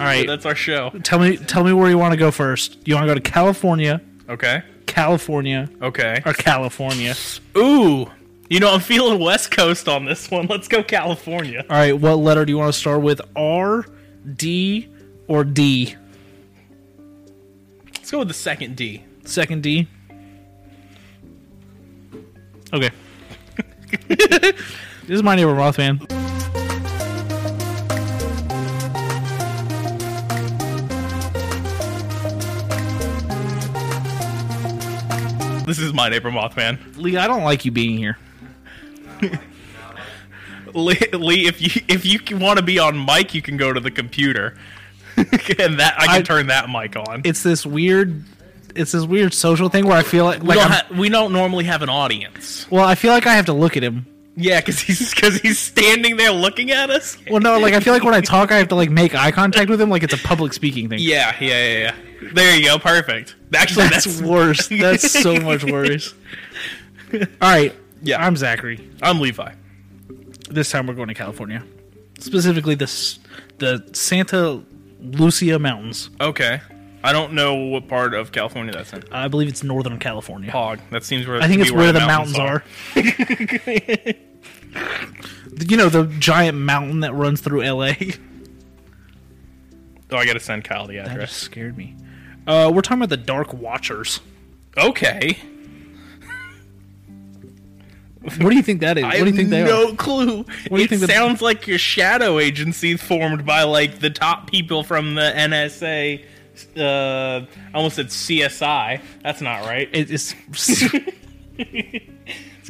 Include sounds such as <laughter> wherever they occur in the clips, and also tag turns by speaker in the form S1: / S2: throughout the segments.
S1: All right.
S2: That's our show.
S1: tell me tell me where you want to go first. You want to go to California,
S2: Okay.
S1: California,
S2: Okay.
S1: or California?
S2: Ooh. You know, I'm feeling West Coast on this one. Let's go California.
S1: All right, what letter do you want to start with? R, D, or D?
S2: Let's go with the second D.
S1: Second D. Okay. this is my neighbor Rothman.
S2: This is my neighbor Mothman.
S1: Lee, I don't like you being here.
S2: Lee, Lee, if you if you want to be on mic, you can go to the computer, <laughs> and that I can
S1: I-
S2: turn that mic on.
S1: It's this weird. It's this weird social thing where I feel like,
S2: we,
S1: like
S2: don't
S1: I'm-
S2: ha- we don't normally have an audience.
S1: well, I feel like I have to look at him.
S2: Yeah, because he's because he's standing there looking at us.
S1: Well, no, like I feel like when I talk, I have to like make eye contact with him, like it's a public speaking thing.
S2: Yeah, yeah, yeah, yeah. There you go. Perfect. Actually,
S1: That's,
S2: that's,
S1: worse.
S2: <laughs>
S1: That's so much worse. All right.
S2: Yeah.
S1: I'm Zachary.
S2: I'm Levi.
S1: This time we're going to California, specifically the s- the Santa Lucia Mountains.
S2: Okay. I don't know what part of California that's in.
S1: I believe it's Northern California.
S2: Hog. That seems where
S1: I think
S2: to
S1: it's
S2: be
S1: where, the mountains, are. <laughs> you know the giant mountain <laughs> that runs through LA.
S2: Oh, I gotta send Kyle the
S1: That
S2: address.
S1: just scared me. Uh, we're talking about the Dark Watchers.
S2: Okay.
S1: What do you think that is? What
S2: <laughs> I
S1: do you think they
S2: have
S1: are?
S2: no clue.
S1: do you
S2: it
S1: think the-
S2: sounds like your shadow agency formed by like the top people from the NSA. Uh, I almost said CSI. That's not right.
S1: It- it's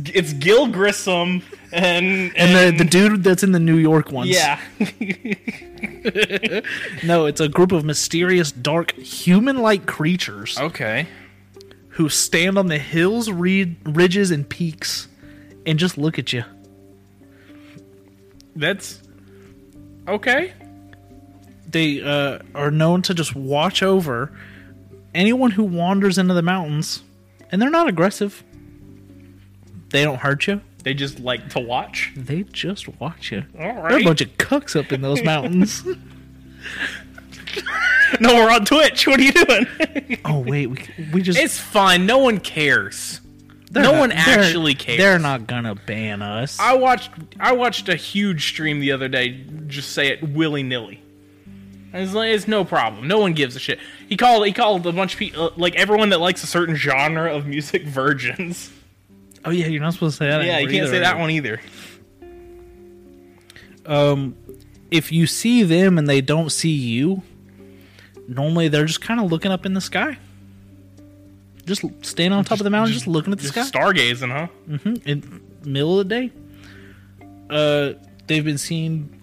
S2: It's, it's Gil Grissom and
S1: <laughs>
S2: and,
S1: and the, the dude that's in the New York ones.
S2: yeah. <laughs>
S1: No, it's a group of mysterious, dark, human-like creatures
S2: Okay.
S1: who stand on the hills, re- ridges, and peaks, and just look at you.
S2: That's okay.
S1: they uh, are known to just watch over anyone who wanders into the mountains, and they're not aggressive. They don't hurt you.
S2: They just like to watch.
S1: They just watch you.
S2: All
S1: There are a
S2: right.
S1: bunch of cucks up in those
S2: <laughs>
S1: mountains.
S2: no, we're on Twitch. What are you doing? <laughs>
S1: oh wait, we, we just
S2: it's fine. No one cares.
S1: they're
S2: no
S1: not-
S2: one
S1: they're-
S2: actually cares.
S1: They're not gonna ban us.
S2: I watched I watched a huge stream the other day. Just say it willy nilly. It's, like, it's no problem. No one gives a shit. He called he called a bunch of people like everyone that likes a certain genre of music <laughs> virgins.
S1: oh yeah, you're not supposed to say that.
S2: Yeah, you
S1: anymore
S2: can't
S1: either,
S2: say
S1: are
S2: that
S1: you?
S2: one either.
S1: If you see them and they don't see you, normally they're just kind of looking up in the sky. Just standing on top of the mountain, just, looking at the
S2: Just
S1: sky.
S2: stargazing, huh?
S1: in middle of the day. Uh, they've been seen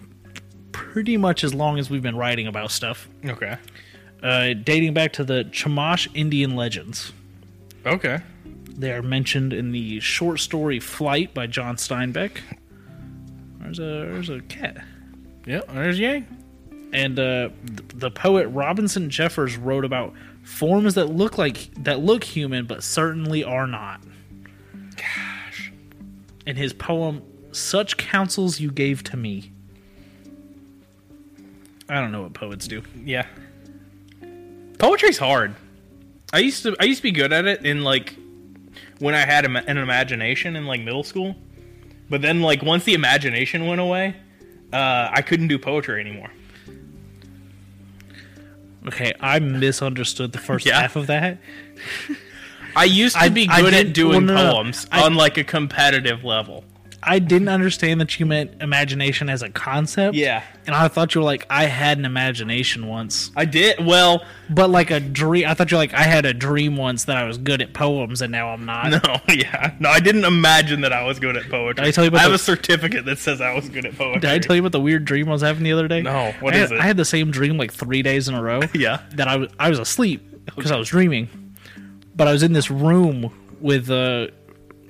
S1: pretty much as long as we've been writing about stuff,
S2: Okay.
S1: uh, dating back to the Chamash Indian legends.
S2: Okay.
S1: They are mentioned in the short story "Flight" by John Steinbeck. There's a there's a cat,
S2: Yeah, there's Yang.
S1: and uh, th- the poet Robinson Jeffers wrote about forms that look like that look human but certainly are not.
S2: Gosh.
S1: In his poem "Such Counsels You Gave to Me," I don't know what poets do.
S2: Yeah. Poetry's hard. I used to I used to be good at it in like when I had ima- an imagination in like middle school, but then like once the imagination went away, uh, I couldn't do poetry anymore.
S1: Okay, I misunderstood the first
S2: <laughs> Yeah.
S1: half of that.
S2: I used to
S1: I-
S2: be
S1: I
S2: good
S1: did-
S2: at doing
S1: well, no, no, no.
S2: poems
S1: I-
S2: on like a competitive level.
S1: I didn't understand that you meant imagination as a concept.
S2: Yeah.
S1: and I thought you were like I had an imagination once,
S2: I did well. <laughs>
S1: but like a dream. I thought you were like I had a dream once that I was good at poems, and now I'm not.
S2: No, yeah, no, I didn't imagine that I was good at poetry.
S1: Did I tell you about
S2: I have
S1: the-
S2: a certificate that says I was good at poetry.
S1: Did I tell you about the weird dream I was having the other day?
S2: No,
S1: What
S2: what
S1: is I,
S2: is it?
S1: I had the same dream like three days in a row.
S2: <laughs> Yeah.
S1: That I was I was asleep because I was dreaming, but I was in this room with a,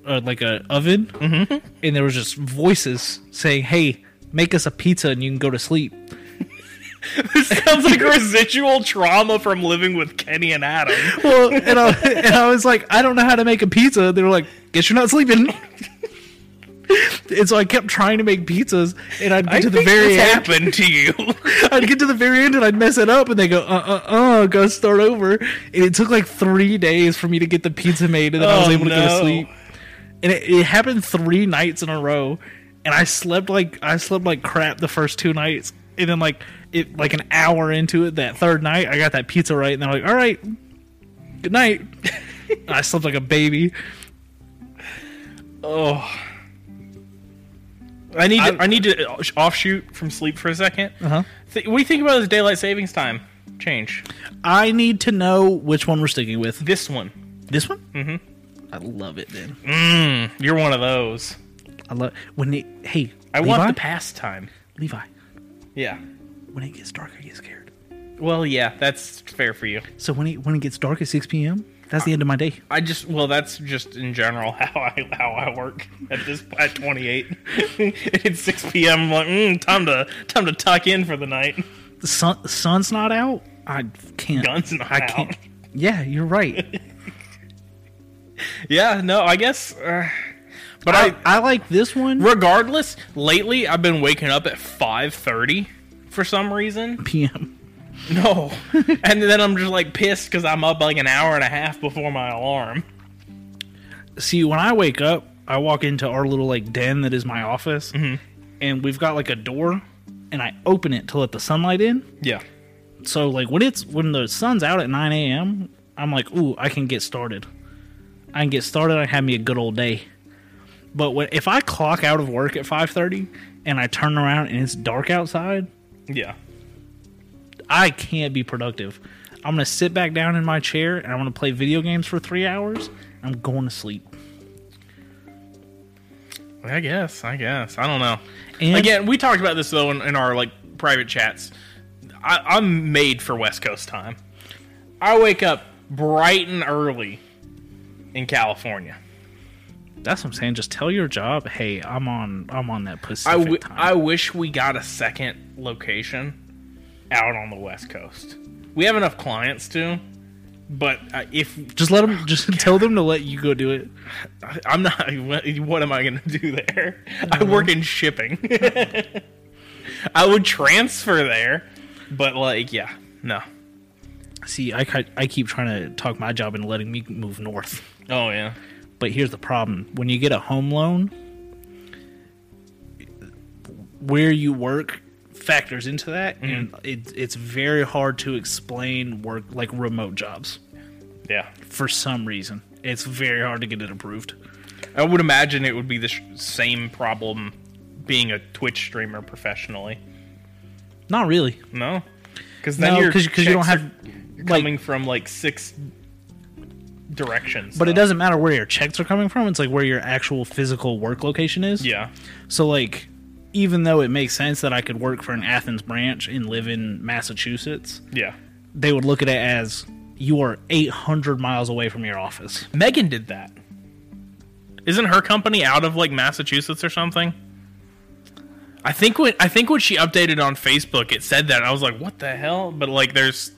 S1: uh like a oven,
S2: Mm-hmm.
S1: and there was just voices saying, "Hey, make us a pizza and you can go to sleep."
S2: <laughs> This sounds like residual trauma from living with Kenny and Adam.
S1: Well, and I, and I was like, "I don't know how to make a pizza." They were like, "Guess you're not sleeping." <laughs> and so I kept trying to make pizzas, and I'd get
S2: I
S1: to the
S2: think
S1: very
S2: this
S1: end.
S2: happened to <laughs> you.
S1: I'd get to the very end and I'd mess it up, and they go, uh, uh, uh, go start over. And it took like three days for me to get the pizza made, and then I was
S2: Oh,
S1: able to go to
S2: no.
S1: sleep. And it, it happened three nights in a row, and I slept like I slept like crap the first two nights, and then like it like an hour into it, that third night, I got that pizza right, and I'm like, all right, good night. <laughs> And I slept like a baby.
S2: oh. I need to,
S1: I-
S2: I, need to uh, offshoot from sleep for a 2nd
S1: Uh-huh.
S2: Th- what do you think about this daylight savings time change?
S1: I need to know which one we're sticking with.
S2: This one.
S1: This one. Mm-hmm. I love it. Then
S2: You're one of those.
S1: I love when it. Hey,
S2: I want
S1: Levi?
S2: the past time.
S1: Levi.
S2: Yeah.
S1: when it gets dark, I get scared.
S2: Well, yeah, that's fair for you.
S1: So when it when it gets dark at six p.m., that's the end of my day.
S2: I just well, that's just in general <laughs> how I how I work at this at 28. <laughs> it's 6 p.m. I'm like, mm, time to time to tuck in for the night. <laughs>
S1: The sun the sun's not out. I can't.
S2: Guns not
S1: I
S2: out.
S1: can't. Yeah, you're
S2: <laughs>
S1: right.
S2: Yeah, no, I guess. Uh, but
S1: I,
S2: I,
S1: I like this one
S2: regardless, lately I've been waking up at 5:30 for some reason.
S1: p.m.
S2: <laughs> No, and then I'm just like pissed because I'm up like an hour and a half before my alarm.
S1: See, when I wake up, I walk into our little like den that is my office,
S2: Mm-hmm.
S1: and we've got like a door, and I open it to let the sunlight in.
S2: Yeah,
S1: So like when it's when the sun's out at nine a.m., I'm like, ooh, I can get started. I can get started. I can have me a good old day. But when, if I clock out of work at five thirty and I turn around and it's dark outside,
S2: yeah.
S1: I can't be productive. I'm gonna sit back down in my chair and I'm gonna play video games for three hours. I'm going to sleep.
S2: I guess. I guess. I don't know.
S1: And
S2: Again, we talked about this though in, in our like private chats. I, I'm made for West Coast time. I wake up bright and early in California.
S1: that's what I'm saying. Just tell your job, hey, I'm on. I'm on that
S2: I,
S1: Pacific
S2: w-
S1: time.
S2: I wish we got a second location out on the West Coast. We have enough clients to, but uh, if
S1: just let
S2: <laughs>
S1: them. Just tell them to let you go do it.
S2: I'm not. <laughs> What, what am I going to do there? I
S1: Mm-hmm.
S2: work in shipping. <laughs> I would transfer there, but like, yeah, no.
S1: See, I ki- I keep trying to talk my job into letting me move north.
S2: Oh yeah.
S1: But here's the problem: when you get a home loan, where you work factors into that,
S2: Mm-hmm.
S1: and it, it's very hard to explain work like remote jobs
S2: Yeah.
S1: for some reason. It's very hard to get it approved.
S2: I would imagine it would be the sh- same problem being a Twitch streamer professionally.
S1: Not really.
S2: No? Because then
S1: No,
S2: you're.
S1: because you don't have like.
S2: Coming from like six directions.
S1: but it
S2: though.
S1: doesn't matter where your checks are coming from. It's like where your actual physical work location is.
S2: Yeah.
S1: So like, even though it makes sense that I could work for an Athens branch and live in Massachusetts,
S2: Yeah.
S1: they would look at it as you are 800 miles away from your office.
S2: Megan did that. Isn't her company out of like Massachusetts or something? I think when I think when she updated on Facebook, it said that and I was like, "What the hell?" But like, there's,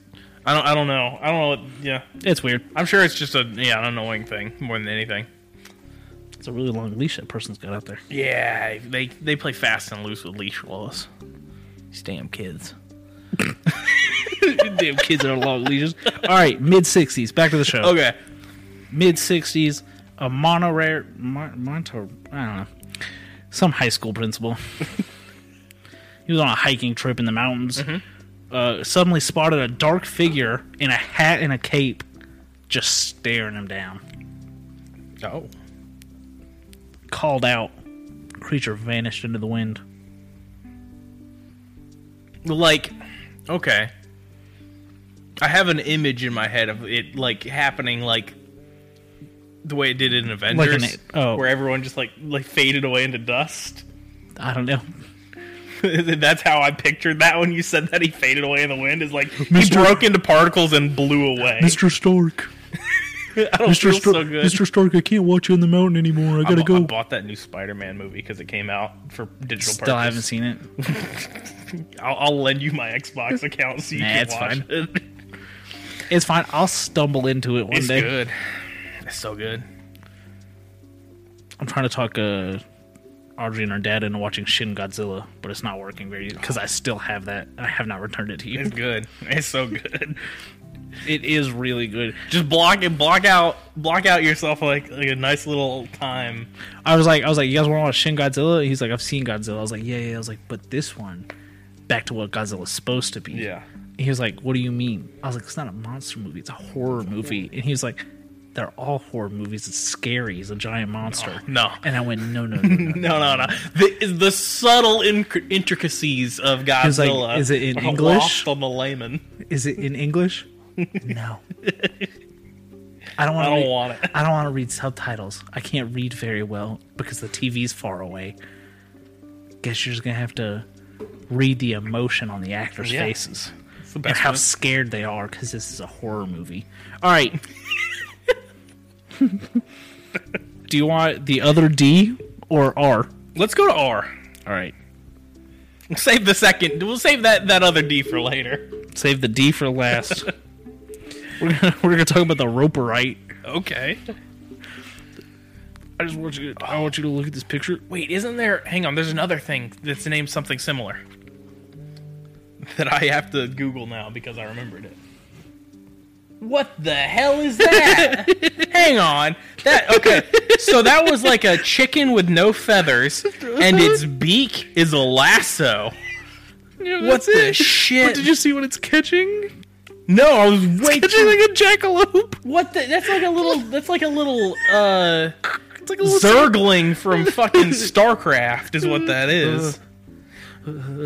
S2: I don't, I don't know, I don't know. What, yeah,
S1: It's weird.
S2: I'm sure it's just a yeah, an annoying thing more than anything.
S1: It's a really long leash that person's got out there.
S2: Yeah, they they play fast and loose with leash laws. These damn kids.
S1: <laughs> Damn kids are long leashes. All right, mid 60s. Back to the show.
S2: Okay.
S1: Mid 60s. A monorail, mon- Monter, I don't know, some high school principal. he was on a hiking trip in the mountains. Uh, suddenly spotted a dark figure in a hat and a cape, just staring him down.
S2: Oh.
S1: Called out. Creature vanished into the wind.
S2: Like, okay. I have an image in my head of it like happening like the way it did in Avengers,
S1: oh.
S2: where everyone just like like faded away into dust. <laughs>
S1: I don't <laughs> know.
S2: That's how I pictured that when you said that he faded away in the wind. Is like he
S1: Mr.
S2: broke into particles and blew away.
S1: Mr. <laughs> Stark.
S2: <laughs> I don't feel so good.
S1: Stark, I can't watch you in the mountain anymore. I
S2: I, bu- I bought that new Spider-Man movie because it came out for digital.
S1: Still
S2: purchase.
S1: haven't seen it.
S2: I'll, I'll lend you my
S1: <laughs>
S2: Xbox account so you
S1: Nah,
S2: can
S1: it's
S2: watch
S1: fine.
S2: it.
S1: It's fine. I'll stumble into it one
S2: It's
S1: day.
S2: good. It's so good.
S1: I'm trying to talk uh, Audrey and her dad into watching Shin Godzilla, but it's not working very because I still have that. and I have not returned it to you.
S2: It's good. It's so good.
S1: It is really good.
S2: Just block it. Block out. Block out yourself like, like a nice little time.
S1: I was like, I was like, you guys want to watch Shin Godzilla? He's like, I've seen Godzilla. I was like, yeah, yeah. I was like, but this one, back to what Godzilla's supposed to be.
S2: Yeah.
S1: He was like, what do you mean? I was like, it's not a monster movie. It's a horror movie. And he was like, they're all horror movies. It's scary. He's a giant monster.
S2: No. <laughs>
S1: And I went, no, no, no, no.
S2: No, no, no. The, the subtle inc- intricacies of
S1: was like,
S2: Godzilla.
S1: "Is it in
S2: are
S1: English?"
S2: Lost on the layman.
S1: Is it in English? No. I don't want.
S2: I don't want it.
S1: I don't want to read subtitles. I can't read very well because the TV's far away. Guess you're just gonna have to read the emotion on the actors'
S2: Yeah.
S1: faces
S2: It's the
S1: and
S2: best
S1: how
S2: one.
S1: scared they are because this is a horror movie. All <laughs> right. Do you want the other D or R?
S2: Let's go to R.
S1: All right.
S2: We'll save the second. We'll save that that other D for later.
S1: Save the D for <laughs> last. we're gonna, we're gonna talk about the Roperite.
S2: Okay.
S1: I just want you. To, I want you to look at this picture.
S2: Wait, isn't there? Hang on. There's another thing that's named something similar that I have to Google now because I remembered it. What the hell is
S1: <laughs>
S2: that? hang on. That okay. So that was like a chicken with no feathers, and its beak is a lasso. What
S1: What's
S2: the
S1: it?
S2: shit?
S1: Did you see what it's catching?
S2: No, I was way
S1: Catching
S2: too.
S1: like a jackalope.
S2: What the? That's like a little. That's like a little. uh...
S1: It's like a
S2: Zergling from fucking StarCraft is what that is.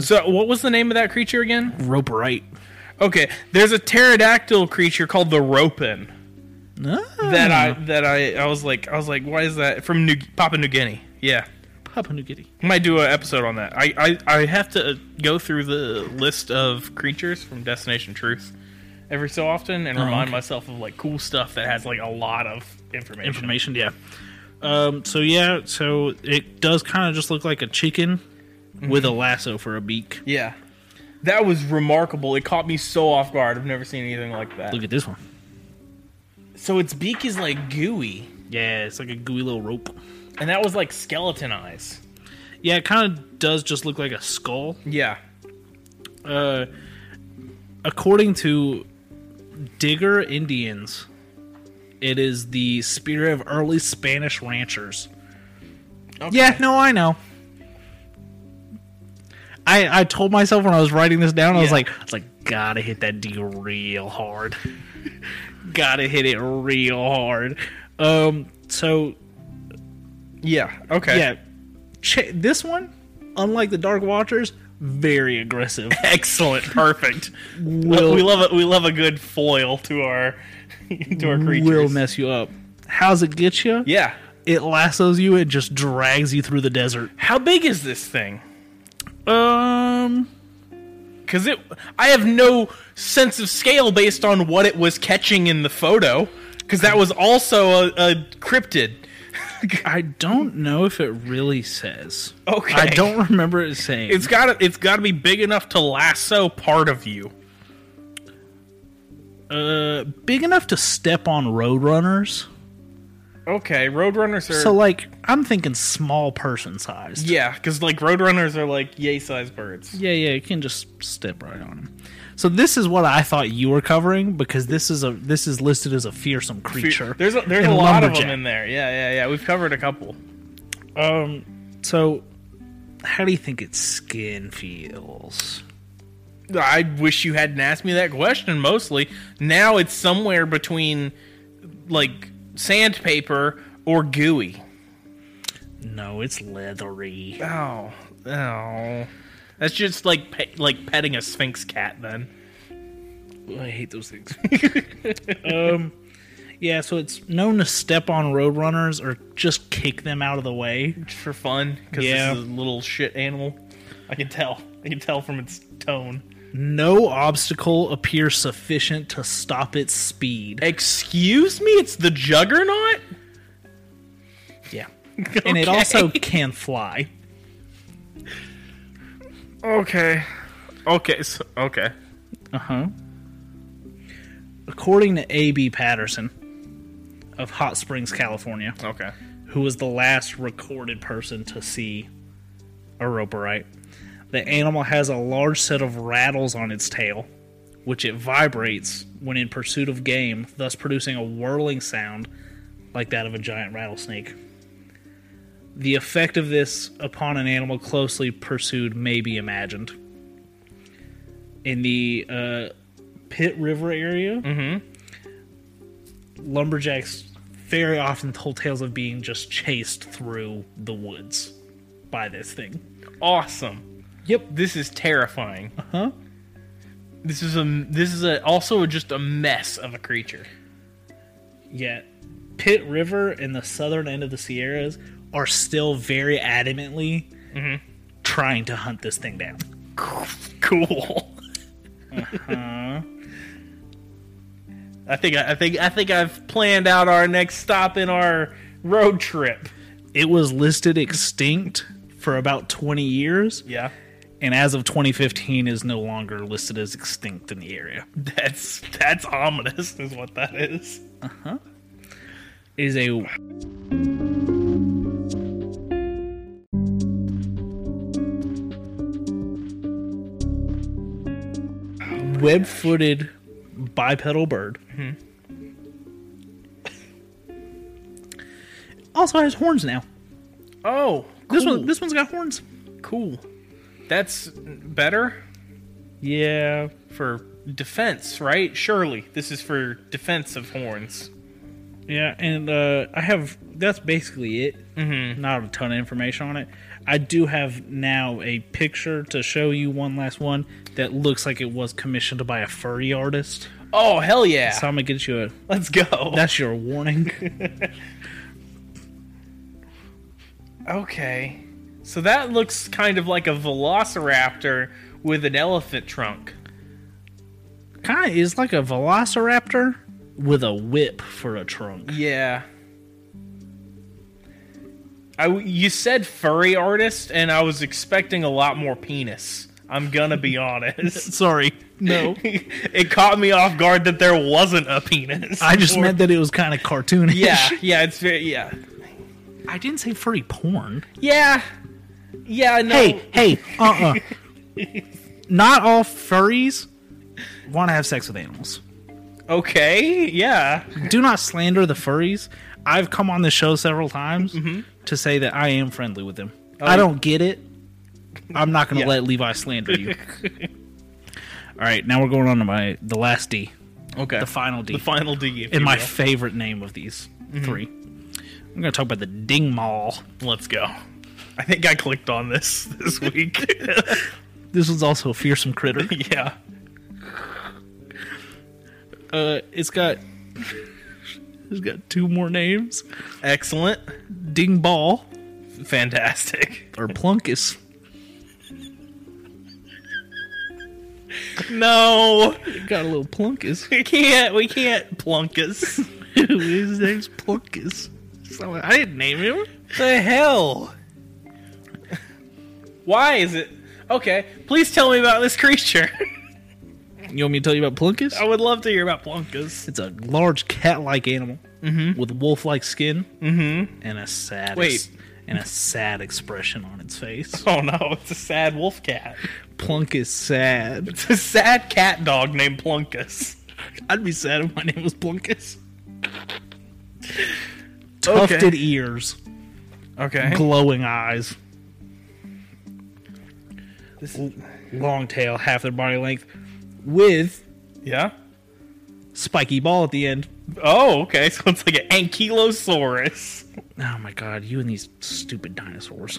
S2: So, what was the name of that creature again?
S1: roperite.
S2: Okay, there's a pterodactyl creature called the Ropin that
S1: Ah,
S2: I that I I was like I was like, why is that from New, Papua New Guinea? Yeah,
S1: Papua New Guinea.
S2: might do an episode on that. I, I I have to go through the list of creatures from Destination Truth every so often and remind
S1: okay.
S2: myself of like cool stuff that has like a lot of information.
S1: Information. Yeah. Um. So yeah. So it does kind of just look like a chicken with a lasso for a beak.
S2: Yeah. That was remarkable. It caught me so off guard. I've never seen anything like that.
S1: Look at this one.
S2: So its beak is like gooey,
S1: Yeah, it's like a gooey little rope.
S2: and that was like skeleton eyes.
S1: Yeah, it kind of does just look like a skull.
S2: Yeah.
S1: uh, according to Digger Indians, it is the spirit of early Spanish ranchers.
S2: Okay.
S1: Yeah, no, I know. I I told myself when I was writing this down, I was
S2: Yeah.
S1: like, I was like, gotta hit that D real hard. <laughs> gotta hit it real hard. Um, so
S2: Yeah. Okay.
S1: yeah, Ch- this one, unlike the Dark Watchers, very aggressive.
S2: Excellent. Perfect. <laughs>
S1: Will-
S2: we love it. We love a good foil to our <laughs> to our creatures.
S1: will mess you up. How's it get you?
S2: Yeah.
S1: It lassos you and just drags you through the desert.
S2: How big is this thing?
S1: Um,
S2: Because it, I have no sense of scale based on what it was catching in the photo. Because that was also a, a cryptid.
S1: I don't know if it really says.
S2: Okay.
S1: I don't remember it saying.
S2: It's got to it's got to be big enough to lasso part of you.
S1: uh, big enough to step on roadrunners.
S2: Okay, roadrunners are
S1: So, like, I'm thinking small person sized.
S2: yeah, because like roadrunners are like yay size birds.
S1: Yeah, yeah, you can just step right on him. So this is what I thought you were covering because this is a this is listed as a fearsome creature.
S2: There's a, there's
S1: and
S2: a lot of them
S1: lumberjack.
S2: in there. Yeah, yeah, yeah. We've covered a couple.
S1: Um, so how do you think its skin feels?
S2: I wish you hadn't asked me that question. Mostly now it's somewhere between like sandpaper or gooey.
S1: No, it's leathery.
S2: <laughs> Oh, oh, that's just like pe- like petting a sphinx cat. Then
S1: I hate those things. um, yeah, so it's known to step on roadrunners or just kick them out of the way.
S2: just for fun, because
S1: Yeah.
S2: this is a little shit animal. I can tell. I can tell from its tone.
S1: No obstacle appears sufficient to stop its speed.
S2: Excuse me, it's the Juggernaut?
S1: Yeah. <laughs> And it
S2: Okay.
S1: also can fly.
S2: Okay. Okay, so, okay.
S1: Uh huh. According to A.B. Patterson of Hot Springs, California,
S2: Okay.
S1: who was the last recorded person to see Oroparite. The animal has a large set of rattles on its tail, which it vibrates when in pursuit of game, thus producing a whirling sound like that of a giant rattlesnake. The effect of this upon an animal closely pursued may be imagined. In the uh, Pitt River area, lumberjacks very often told tales of being just chased through the woods by this thing.
S2: Awesome.
S1: Yep.
S2: This is terrifying. Uh huh. This is a this is a also just a mess of a creature.
S1: Yet, Pitt River and the southern end of the Sierras are still very adamantly trying to hunt this thing down.
S2: Cool. <laughs> Uh-huh. I think I, I think I think I've planned out our next stop in our road trip.
S1: It was listed extinct for about 20 years,
S2: Yeah.
S1: and as of 2015, is no longer listed as extinct in the area.
S2: That's that's ominous is what that is.
S1: It is a web-footed bipedal bird. also has horns now.
S2: Oh,
S1: This one, this one's got horns.
S2: cool. That's better
S1: Yeah,
S2: for defense, right? Surely this is for defense of horns.
S1: yeah, and uh, I have. That's basically it. Mm-hmm. Not a ton of information on it. I do have now a picture to show you one last one that looks like it was commissioned by a furry artist.
S2: Oh hell yeah!
S1: So I'm gonna get you a.
S2: Let's go.
S1: That's your <laughs> warning.
S2: okay. So that looks kind of like a velociraptor with an elephant trunk.
S1: kind of is like a velociraptor with a whip for a trunk.
S2: Yeah. I w- you said furry artist, and I was expecting a lot more penis. I'm gonna be honest.
S1: Sorry, <laughs> no.
S2: <laughs> it caught me off guard that there wasn't a
S1: <laughs>
S2: penis.
S1: I just
S2: Or-
S1: meant that it was kind of cartoonish.
S2: <laughs> Yeah, yeah, it's very yeah,
S1: I didn't say furry porn.
S2: yeah, yeah.
S1: <laughs>
S2: No,
S1: Hey, hey, uh uh <laughs> Not all furries want to have sex with animals.
S2: okay, yeah.
S1: Do not slander the furries. I've come on this show several times to say that I am friendly with them. I don't get it. I'm not going to
S2: Yeah.
S1: let Levi slander <laughs> you. all right, now we're going on to my the last D,
S2: Okay,
S1: the final D,
S2: the final D. If
S1: and
S2: you
S1: my
S2: will.
S1: favorite name of these three. I'm going to talk about the Ding Mall.
S2: let's go. I think I clicked on this <laughs> this week.
S1: This was also a fearsome <laughs> critter.
S2: yeah.
S1: Uh, it's got <laughs> it's got two more names:
S2: Excellent.
S1: Ding Ball
S2: Fantastic.
S1: or Plunkus.
S2: No.
S1: It got a little Plunkus.
S2: We can't. We can't <laughs> plunkus.
S1: <laughs> His name's Plunkus. So I didn't name him.
S2: the hell? Why is it? Okay, please tell me about this creature. <laughs>
S1: You want me to tell you about Plunkus?
S2: I would love to hear about plunkus.
S1: It's a large cat-like animal with wolf-like skin and a sad ex-
S2: Mm-hmm. Wait.
S1: and a sad expression on its face.
S2: Oh no, it's a sad wolf cat.
S1: Plunkus sad. <laughs>
S2: It's a <laughs> sad cat dog named Plunkus.
S1: I'd be sad if my name was Plunkus. Tufted ears,
S2: Okay.
S1: glowing eyes,
S2: This-
S1: long tail, half their body length, with
S2: yeah.
S1: spiky ball at the end.
S2: Oh, okay. <laughs> So it's like an ankylosaurus.
S1: Oh my god, you and these stupid dinosaurs.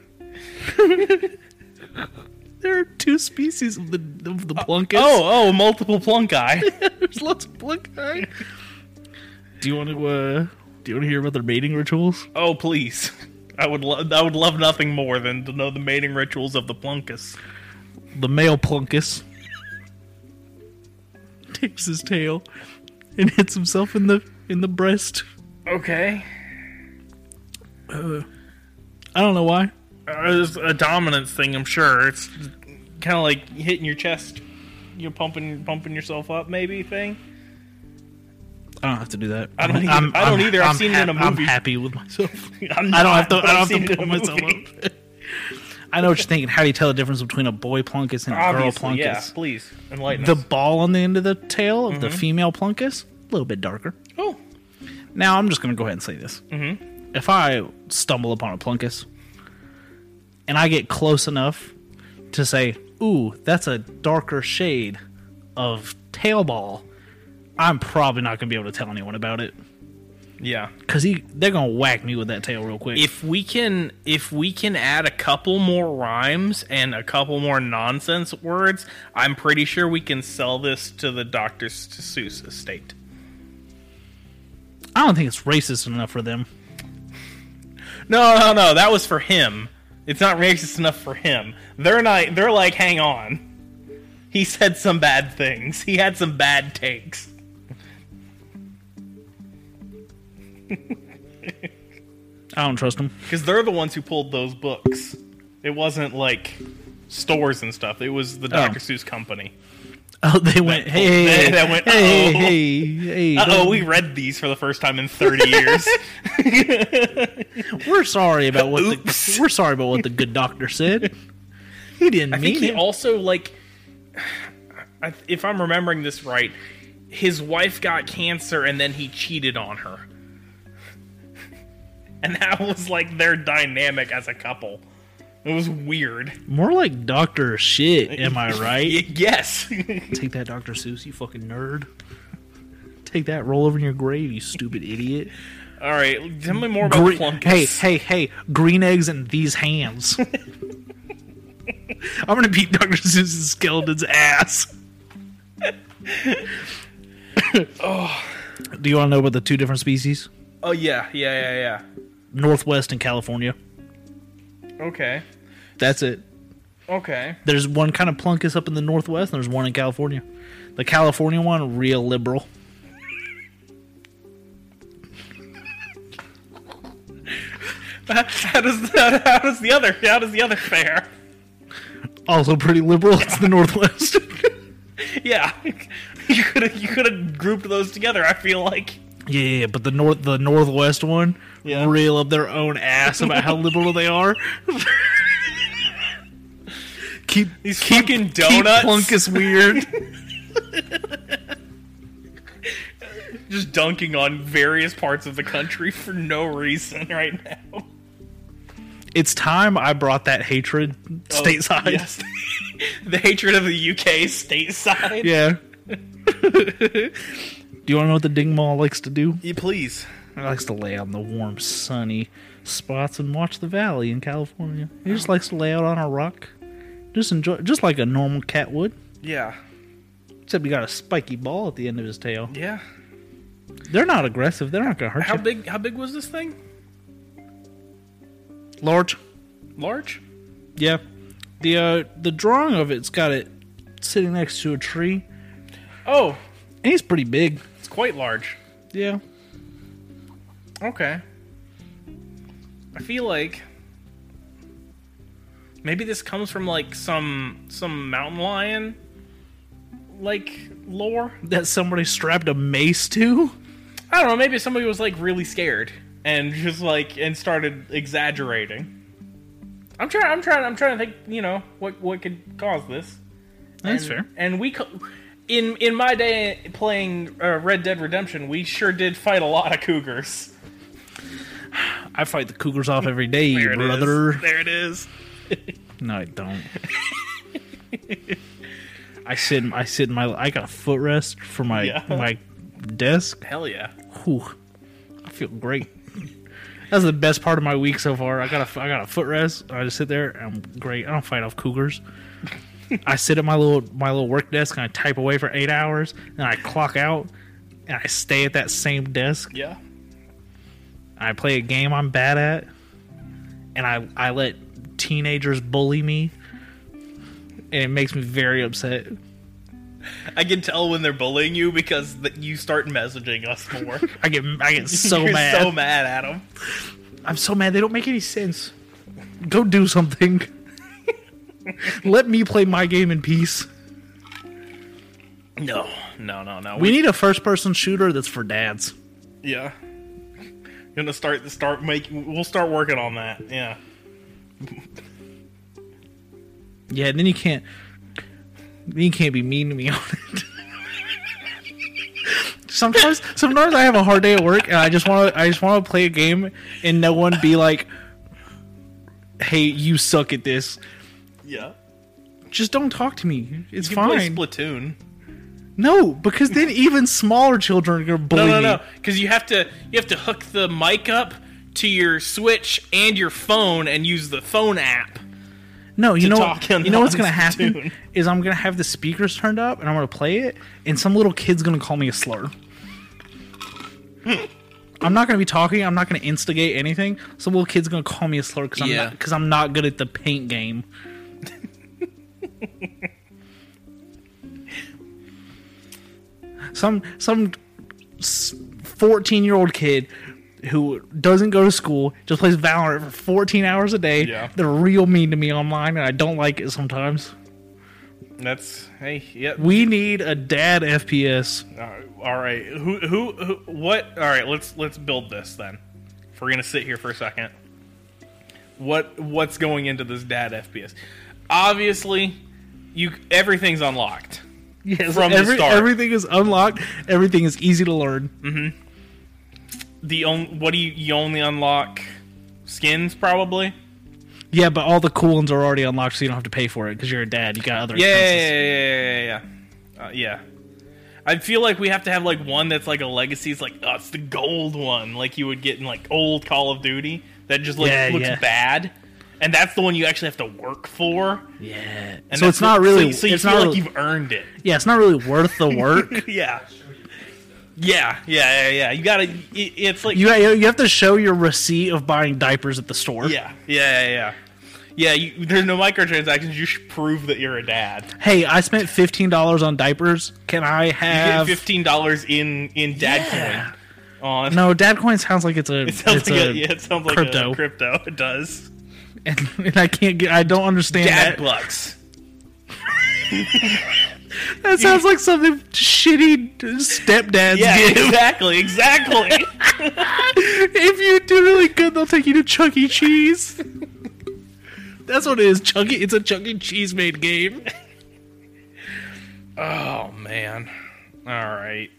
S1: <laughs> there are two species of the of the plunkus.
S2: Oh, oh, multiple plunki.
S1: <laughs> there's lots of plunki. do you want to uh do you want to hear about their mating rituals?
S2: <laughs> oh, please. I would love. I would love nothing more than to know the mating rituals of the plunkus.
S1: The male plunkus <laughs> takes his tail and hits himself in the in the breast.
S2: Okay.
S1: I don't know why.
S2: Uh, it's a dominance thing, I'm sure. It's kind of like hitting your chest, you're pumping pumping yourself up, maybe thing.
S1: I don't have to do that.
S2: I don't either. I don't either. I've seen it in a
S1: I'm
S2: movie.
S1: happy with myself.
S2: <laughs> I'm
S1: I
S2: not,
S1: don't have to.
S2: but
S1: I don't
S2: I've seen
S1: have to
S2: it
S1: pull
S2: in a
S1: myself
S2: movie.
S1: up. <laughs> I know what you're thinking. How do you tell the difference between a boy plunkus and a girl
S2: Obviously,
S1: plunkus?
S2: yeah. Please enlighten
S1: The
S2: us.
S1: ball on the end of the tail of the
S2: Mm-hmm.
S1: female plunkus, a little bit darker.
S2: Oh,
S1: Now I'm just gonna go ahead and say this. Mm-hmm. If I stumble upon a plunkus and I get close enough to say, "Ooh, that's a darker shade of tailball," I'm probably not gonna be able to tell anyone about it
S2: yeah.
S1: because he they're gonna whack me with that tail real quick.
S2: If we can, if we can add a couple more rhymes and a couple more nonsense words, I'm pretty sure we can sell this to the Dr. Seuss estate.
S1: I don't think it's racist enough for them.
S2: No, no, no. That was for him. It's not racist enough for him. They're not. They're like, hang on. He said some bad things. He had some bad takes.
S1: I don't trust them.
S2: because they're the ones who pulled those books. It wasn't like stores and stuff. It was the Dr. Seuss company.
S1: <laughs> Oh, they went.
S2: pulled-
S1: Hey,
S2: that- that went,
S1: Hey,
S2: uh-oh.
S1: hey, hey.
S2: Uh oh,
S1: don't-
S2: we read these for the first time in 30 years.
S1: we're sorry about what the
S2: Oops.
S1: we're sorry about what the good doctor said. He didn't
S2: I
S1: mean
S2: think he
S1: it.
S2: also like, I- if I'm remembering this right, his wife got cancer and then he cheated on her, <laughs> and that was like their dynamic as a couple. It was weird.
S1: More like Doctor Shit.
S2: Uh,
S1: Am
S2: <laughs>
S1: I right?
S2: Y- yes.
S1: Take that, Doctor Seuss. You fucking nerd. Take that. Roll over in your grave. You stupid idiot.
S2: <laughs> All right. Tell me more about
S1: Green,
S2: Plunkus.
S1: hey, hey, hey! Green eggs in these hands. I'm gonna beat Doctor Seuss's skeleton's ass. Do you want to know about the two different species?
S2: Oh yeah, yeah, yeah, yeah.
S1: Northwest and California.
S2: Okay.
S1: That's it.
S2: Okay. <laughs>
S1: There's one kind of plunkus up in the Northwest, and there's one in California. The California one, real liberal.
S2: How does that, how does the other how does the other fare? <laughs>
S1: Also pretty liberal. It's the Northwest. <laughs>
S2: Yeah. <laughs> You could have you could have grouped those together, I feel like.
S1: Yeah, yeah, yeah, but the north, the northwest one,
S2: Yeah.
S1: reel up their own ass about how liberal they are. keep
S2: These
S1: keep,
S2: fucking
S1: keep
S2: donuts.
S1: Plunkus weird.
S2: Just dunking on various parts of the country for no reason right <laughs> now.
S1: it's time I brought that hatred stateside.
S2: Oh, Yes. <laughs> the hatred of the UK stateside.
S1: Yeah. do you want to know what the dingmaw likes to do?
S2: Yeah, please.
S1: He likes to lay out in the warm, sunny spots and watch the valley in California. He just likes to lay out on a rock, just enjoy, just like a normal cat would.
S2: Yeah.
S1: Except he got a spiky ball at the end of his tail.
S2: Yeah.
S1: They're not aggressive. They're not gonna hurt
S2: How
S1: you.
S2: big how big was this thing?
S1: Large.
S2: Large?
S1: Yeah. The uh, the drawing of it's got it sitting next to a tree,
S2: Oh,
S1: and he's pretty big.
S2: it's quite large.
S1: Yeah.
S2: Okay. I feel like maybe this comes from like some some mountain lion like lore.
S1: That somebody strapped a mace to.
S2: I don't know, maybe somebody was like really scared and <laughs> just like and started exaggerating. I'm trying I'm trying I'm trying to think, you know, what what could cause this.
S1: That's
S2: and, And we co- in in my day playing uh, Red Dead Redemption, we sure did fight a lot of cougars.
S1: I fight the cougars off every day,
S2: There it is.
S1: brother.
S2: There it is.
S1: No, I don't. <laughs> I sit. in- I sit in my. I got a footrest for my
S2: Yeah.
S1: my desk.
S2: Hell yeah.
S1: Whew, I feel great. That's the best part of my week so far. I got a I got a footrest. I just sit there. I'm great. I don't fight off cougars. I sit at my little my little work desk and I type away for eight hours, and I clock out, and I stay at that same desk.
S2: Yeah.
S1: I play a game I'm bad at, and I I let teenagers bully me, and it makes me very upset.
S2: I can tell when they're bullying you because th- you start messaging us more.
S1: I get I get <laughs> so
S2: You're
S1: mad.
S2: so mad at them.
S1: I'm so mad. They don't make any sense. Go do something. <laughs> let me play my game in peace.
S2: No, no, no, no.
S1: We need a first person shooter that's for dads.
S2: yeah. Gonna start start making. We'll start working on that. Yeah.
S1: Yeah, and then you can't. Then you can't be mean to me on it. <laughs> sometimes, sometimes I have a hard day at work, and I just want to. I just want to play a game, and no one be like, "Hey, you suck at this."
S2: Yeah.
S1: Just don't talk to me. It's
S2: You can play
S1: fine.
S2: Splatoon.
S1: no, because then even smaller children are gonna bully
S2: No, no,
S1: me.
S2: no. Because you have to you have to hook the mic up to your Switch and your phone and use the phone app.
S1: No, you
S2: to
S1: know,
S2: talk in
S1: you know what's
S2: on
S1: gonna happen
S2: Splatoon.
S1: is I'm gonna have the speakers turned up and I'm gonna play it, and some little kid's gonna call me a slur.
S2: Hmm.
S1: I'm not gonna be talking. I'm not gonna instigate anything. Some little kid's gonna call me a slur because I'm
S2: Yeah.
S1: not because I'm not good at the paint
S2: <laughs>
S1: game. some some fourteen year old kid who doesn't go to school just plays Valorant for fourteen hours a day.
S2: Yeah.
S1: They're real mean to me online, and I don't like it sometimes.
S2: That's hey, yeah.
S1: We need a dad FPS.
S2: All right. Who, who who what? All right. Let's let's build this then. If we're gonna sit here for a second, what what's going into this dad FPS? Obviously, you everything's unlocked.
S1: Yes,
S2: From the start.
S1: everything is unlocked. Everything is easy to learn.
S2: The only what do you you only unlock skins probably?
S1: Yeah, but all the cool ones are already unlocked, so you don't have to pay for it because you're a dad. You got other
S2: Yeah, yeah,
S1: expenses.
S2: yeah, yeah, yeah. Uh, yeah. I feel like we have to have like one that's like a legacy. It's like oh, it's the gold one, like you would get in like old Call of Duty that just like
S1: Yeah,
S2: looks
S1: yeah.
S2: bad, and that's the one you actually have to work for.
S1: Yeah.
S2: And
S1: So
S2: that's
S1: it's not
S2: what-
S1: really.
S2: So, so you
S1: it's
S2: feel
S1: not
S2: like
S1: really-
S2: you've
S1: <laughs>
S2: earned it.
S1: yeah, it's not really worth the work.
S2: <laughs> yeah. Yeah, yeah, yeah, yeah. You gotta. It, it's like
S1: You you have to show your receipt of buying diapers at the store.
S2: yeah, yeah, yeah, yeah. Yeah, you, there's no microtransactions. You should prove that you're a dad.
S1: Hey, I spent fifteen dollars on diapers. Can I
S2: You get
S1: have
S2: fifteen dollars in in dad
S1: Yeah.
S2: coin. On <laughs>
S1: no? Dad coin sounds like it's a
S2: It sounds
S1: it's
S2: like a,
S1: a,
S2: yeah, it sounds like
S1: crypto.
S2: a crypto. It does.
S1: and, <laughs> and I can't get. I don't understand that. <laughs>
S2: Dad bucks.
S1: That sounds like something shitty stepdads
S2: Yeah,
S1: give. <laughs>
S2: exactly, exactly.
S1: if you do really good, they'll take you to Chuck E. Cheese. That's what it is. Chuck E. It's a Chuck E. Cheese made game.
S2: oh man. All right.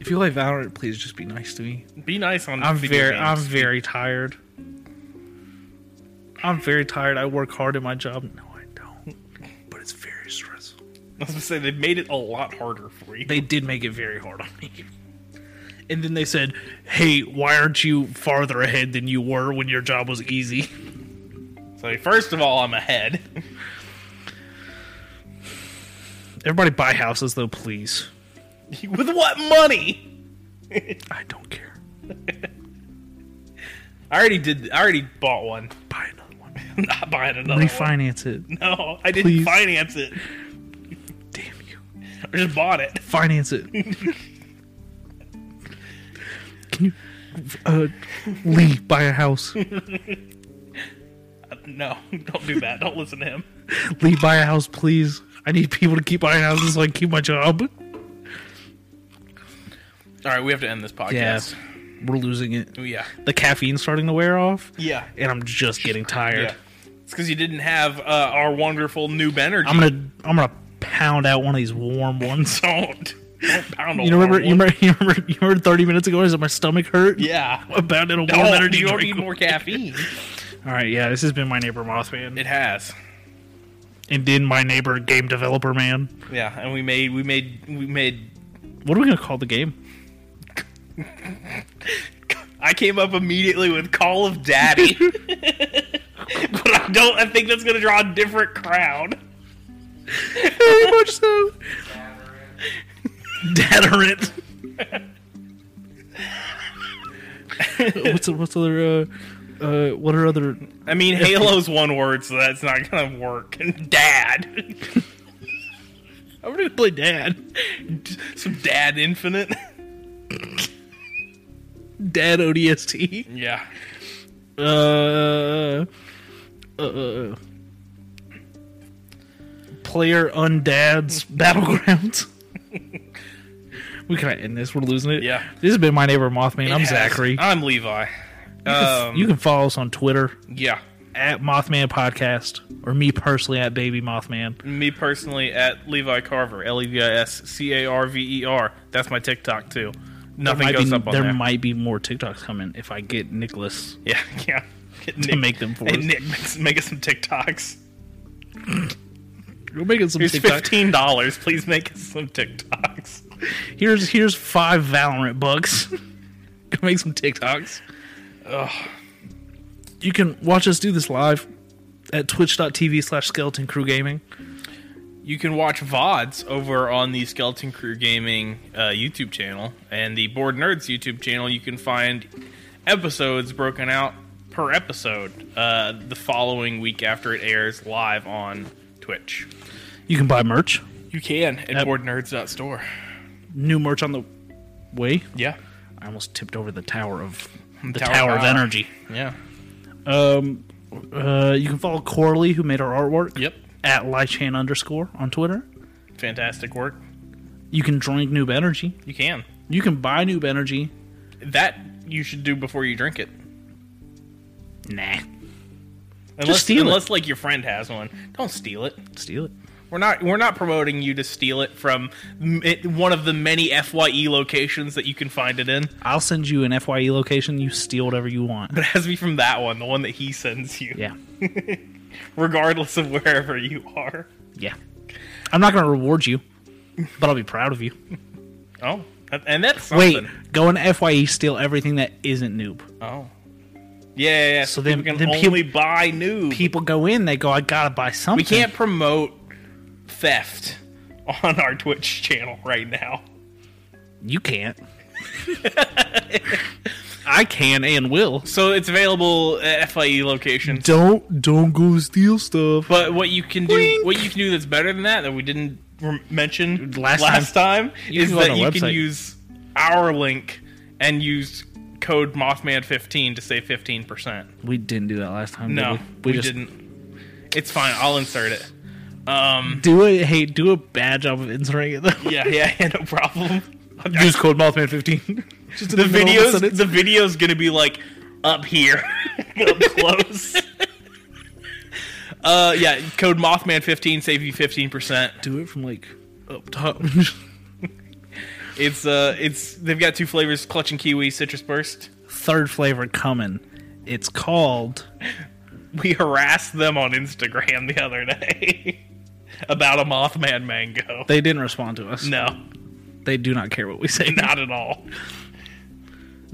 S1: If you like Valorant, please just be nice to me.
S2: Be nice on.
S1: I'm
S2: video
S1: very
S2: games.
S1: I'm very tired. I'm very tired. I work hard at my job. No, I
S2: <laughs>
S1: don't. But it's very stressful.
S2: I was gonna say they made it a lot harder for you.
S1: They did make it very hard on me. And then they said, "Hey, why aren't you farther ahead than you were when your job was easy?"
S2: So first of all, I'm ahead. <laughs>
S1: Everybody buy houses though, please.
S2: With what money?
S1: I don't care.
S2: I already did. I already bought one. <laughs>
S1: Buy another one.
S2: I'm not buying
S1: Oh.
S2: another
S1: Refinance it.
S2: one. No, I didn't
S1: Please.
S2: finance it.
S1: Damn you.
S2: I just bought it. <laughs>
S1: Finance <laughs> it. Can you uh Lee buy a house?
S2: No, don't do that. Don't listen to him.
S1: Lee, buy a house, please. I need people to keep buying houses so I can keep my job.
S2: All right, we have to end this podcast.
S1: We're losing it.
S2: Ooh, yeah.
S1: The caffeine's starting to wear off,
S2: Yeah.
S1: and I'm just getting tired.
S2: Yeah. It's because you didn't have uh, our wonderful noob energy.
S1: I'm gonna I'm gonna pound out one of these warm
S2: <laughs>
S1: ones.
S2: don't. Don't pound a
S1: You remember,
S2: warm
S1: you
S2: one.
S1: remember you remember you remember thirty minutes ago I said my stomach hurt?
S2: Yeah.
S1: I pounded a warm
S2: No,
S1: energy
S2: you don't
S1: drink.
S2: need more caffeine.
S1: Alright, yeah, this has been my neighbor Mothman.
S2: it has.
S1: and then my neighbor game developer man.
S2: Yeah, and we made we made we made.
S1: What are we gonna call the
S2: <laughs>
S1: game?
S2: I came up immediately with Call of Daddy,
S1: <laughs>
S2: but I don't. I think that's gonna draw a different crowd.
S1: Very much so. Datterant. <laughs> what's what's other uh, uh what are other
S2: I mean, Halo's one word, so that's not gonna work. Dad, <laughs>
S1: I'm gonna play dad.
S2: some Dad Infinite. <laughs>
S1: Dad ODST.
S2: Yeah,
S1: Uh uh, uh Player
S2: <laughs>
S1: Undads Battlegrounds. we gotta end this. We're losing it.
S2: Yeah.
S1: This has been my neighbor Mothman. I'm
S2: It has.
S1: Zachary.
S2: I'm Levi. Um,
S1: you can follow us on Twitter
S2: yeah,
S1: at Mothman Podcast or me personally at Baby Mothman.
S2: Me personally at Levi Carver, L E V I S C A R V E R. That's my TikTok too. Nothing
S1: Might
S2: goes
S1: be-
S2: up on
S1: there
S2: there.
S1: might be more TikToks coming if I get Nicholas
S2: yeah, <laughs> yeah. Get
S1: to make them for
S2: Hey,
S1: us.
S2: Nick, make us- make us some TikToks.
S1: We're making some
S2: Here's
S1: TikTok.
S2: fifteen dollars. Please make us some TikToks.
S1: Here's here's five Valorant bucks. <laughs> Go make some TikToks. You can watch us do this live at twitch.tv slash skeleton crew gaming.
S2: You can watch VODs over on the Skeleton Crew Gaming uh, YouTube channel and the Board Nerds YouTube channel. You can find episodes broken out per episode uh, the following week after it airs live on Twitch.
S1: You can buy merch.
S2: You can at
S1: Yep.
S2: boardnerds.store.
S1: New merch on the way.
S2: Yeah.
S1: I almost tipped over the tower of the
S2: Tower
S1: tower,
S2: of
S1: of
S2: Power.
S1: energy.
S2: Yeah.
S1: Um, uh, you can follow Corley, who made our artwork,
S2: Yep.
S1: at Lychan underscore on Twitter.
S2: Fantastic work.
S1: You can drink Noob Energy.
S2: You can.
S1: You can buy Noob Energy.
S2: That you should do before you drink it.
S1: Nah,
S2: Unless,
S1: steal it.
S2: unless like your friend has one. Don't steal it.
S1: steal it.
S2: We're not we're not promoting you to steal it from m- it- one of the many Fye locations that you can find it in.
S1: I'll send you an Fye location. You steal whatever you want.
S2: <laughs> But it has to be from that one, the one that he sends you,
S1: Yeah,
S2: regardless of wherever you are.
S1: yeah. I'm not gonna reward you, but I'll be proud of you.
S2: Oh, that- and that's something.
S1: Wait, go in Fye, E, steal everything that isn't Noob.
S2: Oh, yeah. yeah, yeah.
S1: So
S2: So
S1: then-
S2: then, can
S1: then peop-
S2: only buy new.
S1: People go in, they go, I gotta buy something.
S2: we can't promote theft on our Twitch channel right now.
S1: You
S2: <laughs>
S1: can't. I can and will.
S2: So it's available at Fye locations.
S1: Don't don't go steal stuff.
S2: But what you can do,
S1: Wink.
S2: what you can do that's better than that that we didn't rem- mention
S1: Last
S2: last, time,
S1: You
S2: is
S1: can go on
S2: that
S1: our
S2: you can
S1: website.
S2: use our link and use code Mothman15 to save 15%.
S1: We didn't do that last time. did
S2: No,
S1: we,
S2: we,
S1: just
S2: didn't. It's fine. I'll insert it. Um,
S1: do a hey do a bad job of inserting it though.
S2: <laughs> Yeah, yeah, yeah no problem.
S1: <laughs> Use code Mothman fifteen. just in
S2: <laughs>
S1: middle of a
S2: The video's
S1: sentence. <laughs>
S2: the video's gonna be like up here, <laughs> up close. uh, yeah, code Mothman15 save you 15%.
S1: Do it from like up top.
S2: <laughs> It's uh, it's they've got two flavors: clutch and kiwi, citrus burst.
S1: Third flavor coming. It's called
S2: We <laughs> harassed them on Instagram the other day <laughs> about a Mothman mango.
S1: they didn't respond to us.
S2: No,
S1: They do not care what we say.
S2: not at all.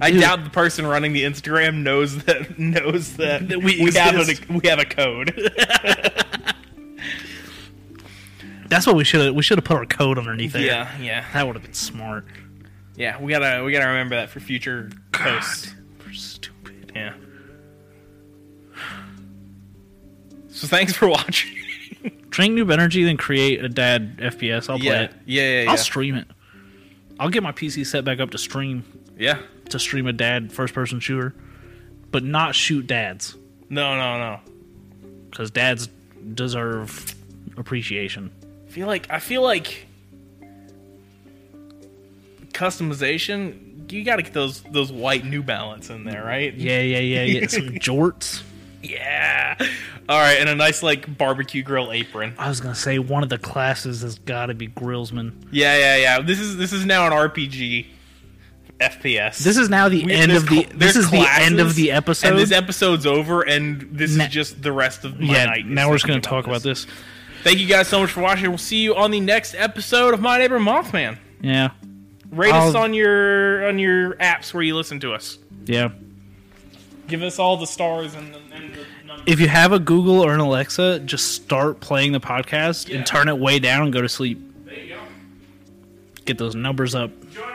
S2: I
S1: Dude.
S2: doubt the person running the Instagram knows that knows that,
S1: That we
S2: we, have
S1: exist.
S2: a we have a code.
S1: That's what we should have we should have put our code underneath there.
S2: <laughs> yeah,
S1: That would have been smart.
S2: yeah. We gotta we gotta remember that for future posts.
S1: We're stupid.
S2: Yeah. So thanks for <laughs> watching.
S1: Drink Noob Energy, then create a dad FPS. I'll play
S2: Yeah,
S1: it.
S2: yeah, yeah,
S1: I'll
S2: yeah.
S1: stream it. I'll get my PC set back up to stream
S2: yeah.
S1: to stream a dad first person shooter, but not shoot dads
S2: No, no, no.
S1: because dads deserve appreciation.
S2: feel like I feel like customization. You got to get those those white New Balance in there, right?
S1: Yeah, yeah, yeah, yeah.
S2: <laughs>
S1: Some jorts.
S2: Yeah. All right, and a nice like barbecue grill apron.
S1: I was gonna say one of the classes has got to be grillsman.
S2: Yeah, yeah, yeah. This is this is now an RPG FPS.
S1: This is now the
S2: We-
S1: end
S2: there's
S1: of the.
S2: cl-
S1: This
S2: there's
S1: is the end of
S2: classes,
S1: the episode.
S2: And this episode's over, and this
S1: Na-
S2: is just the rest of my
S1: yeah,
S2: night. is
S1: now we're just
S2: thinking
S1: gonna talk about this.
S2: Thank you guys so much for watching. We'll see you on the next episode of My Neighbor Mothman.
S1: Yeah,
S2: Rate us
S1: I'll-
S2: on your on your apps where you listen to us.
S1: yeah.
S2: Give us all the stars and the, and the numbers.
S1: If you have a Google or an Alexa, just start playing the podcast
S2: Yeah.
S1: and turn it way down and go to sleep.
S2: there you go.
S1: Get those numbers up.
S2: Join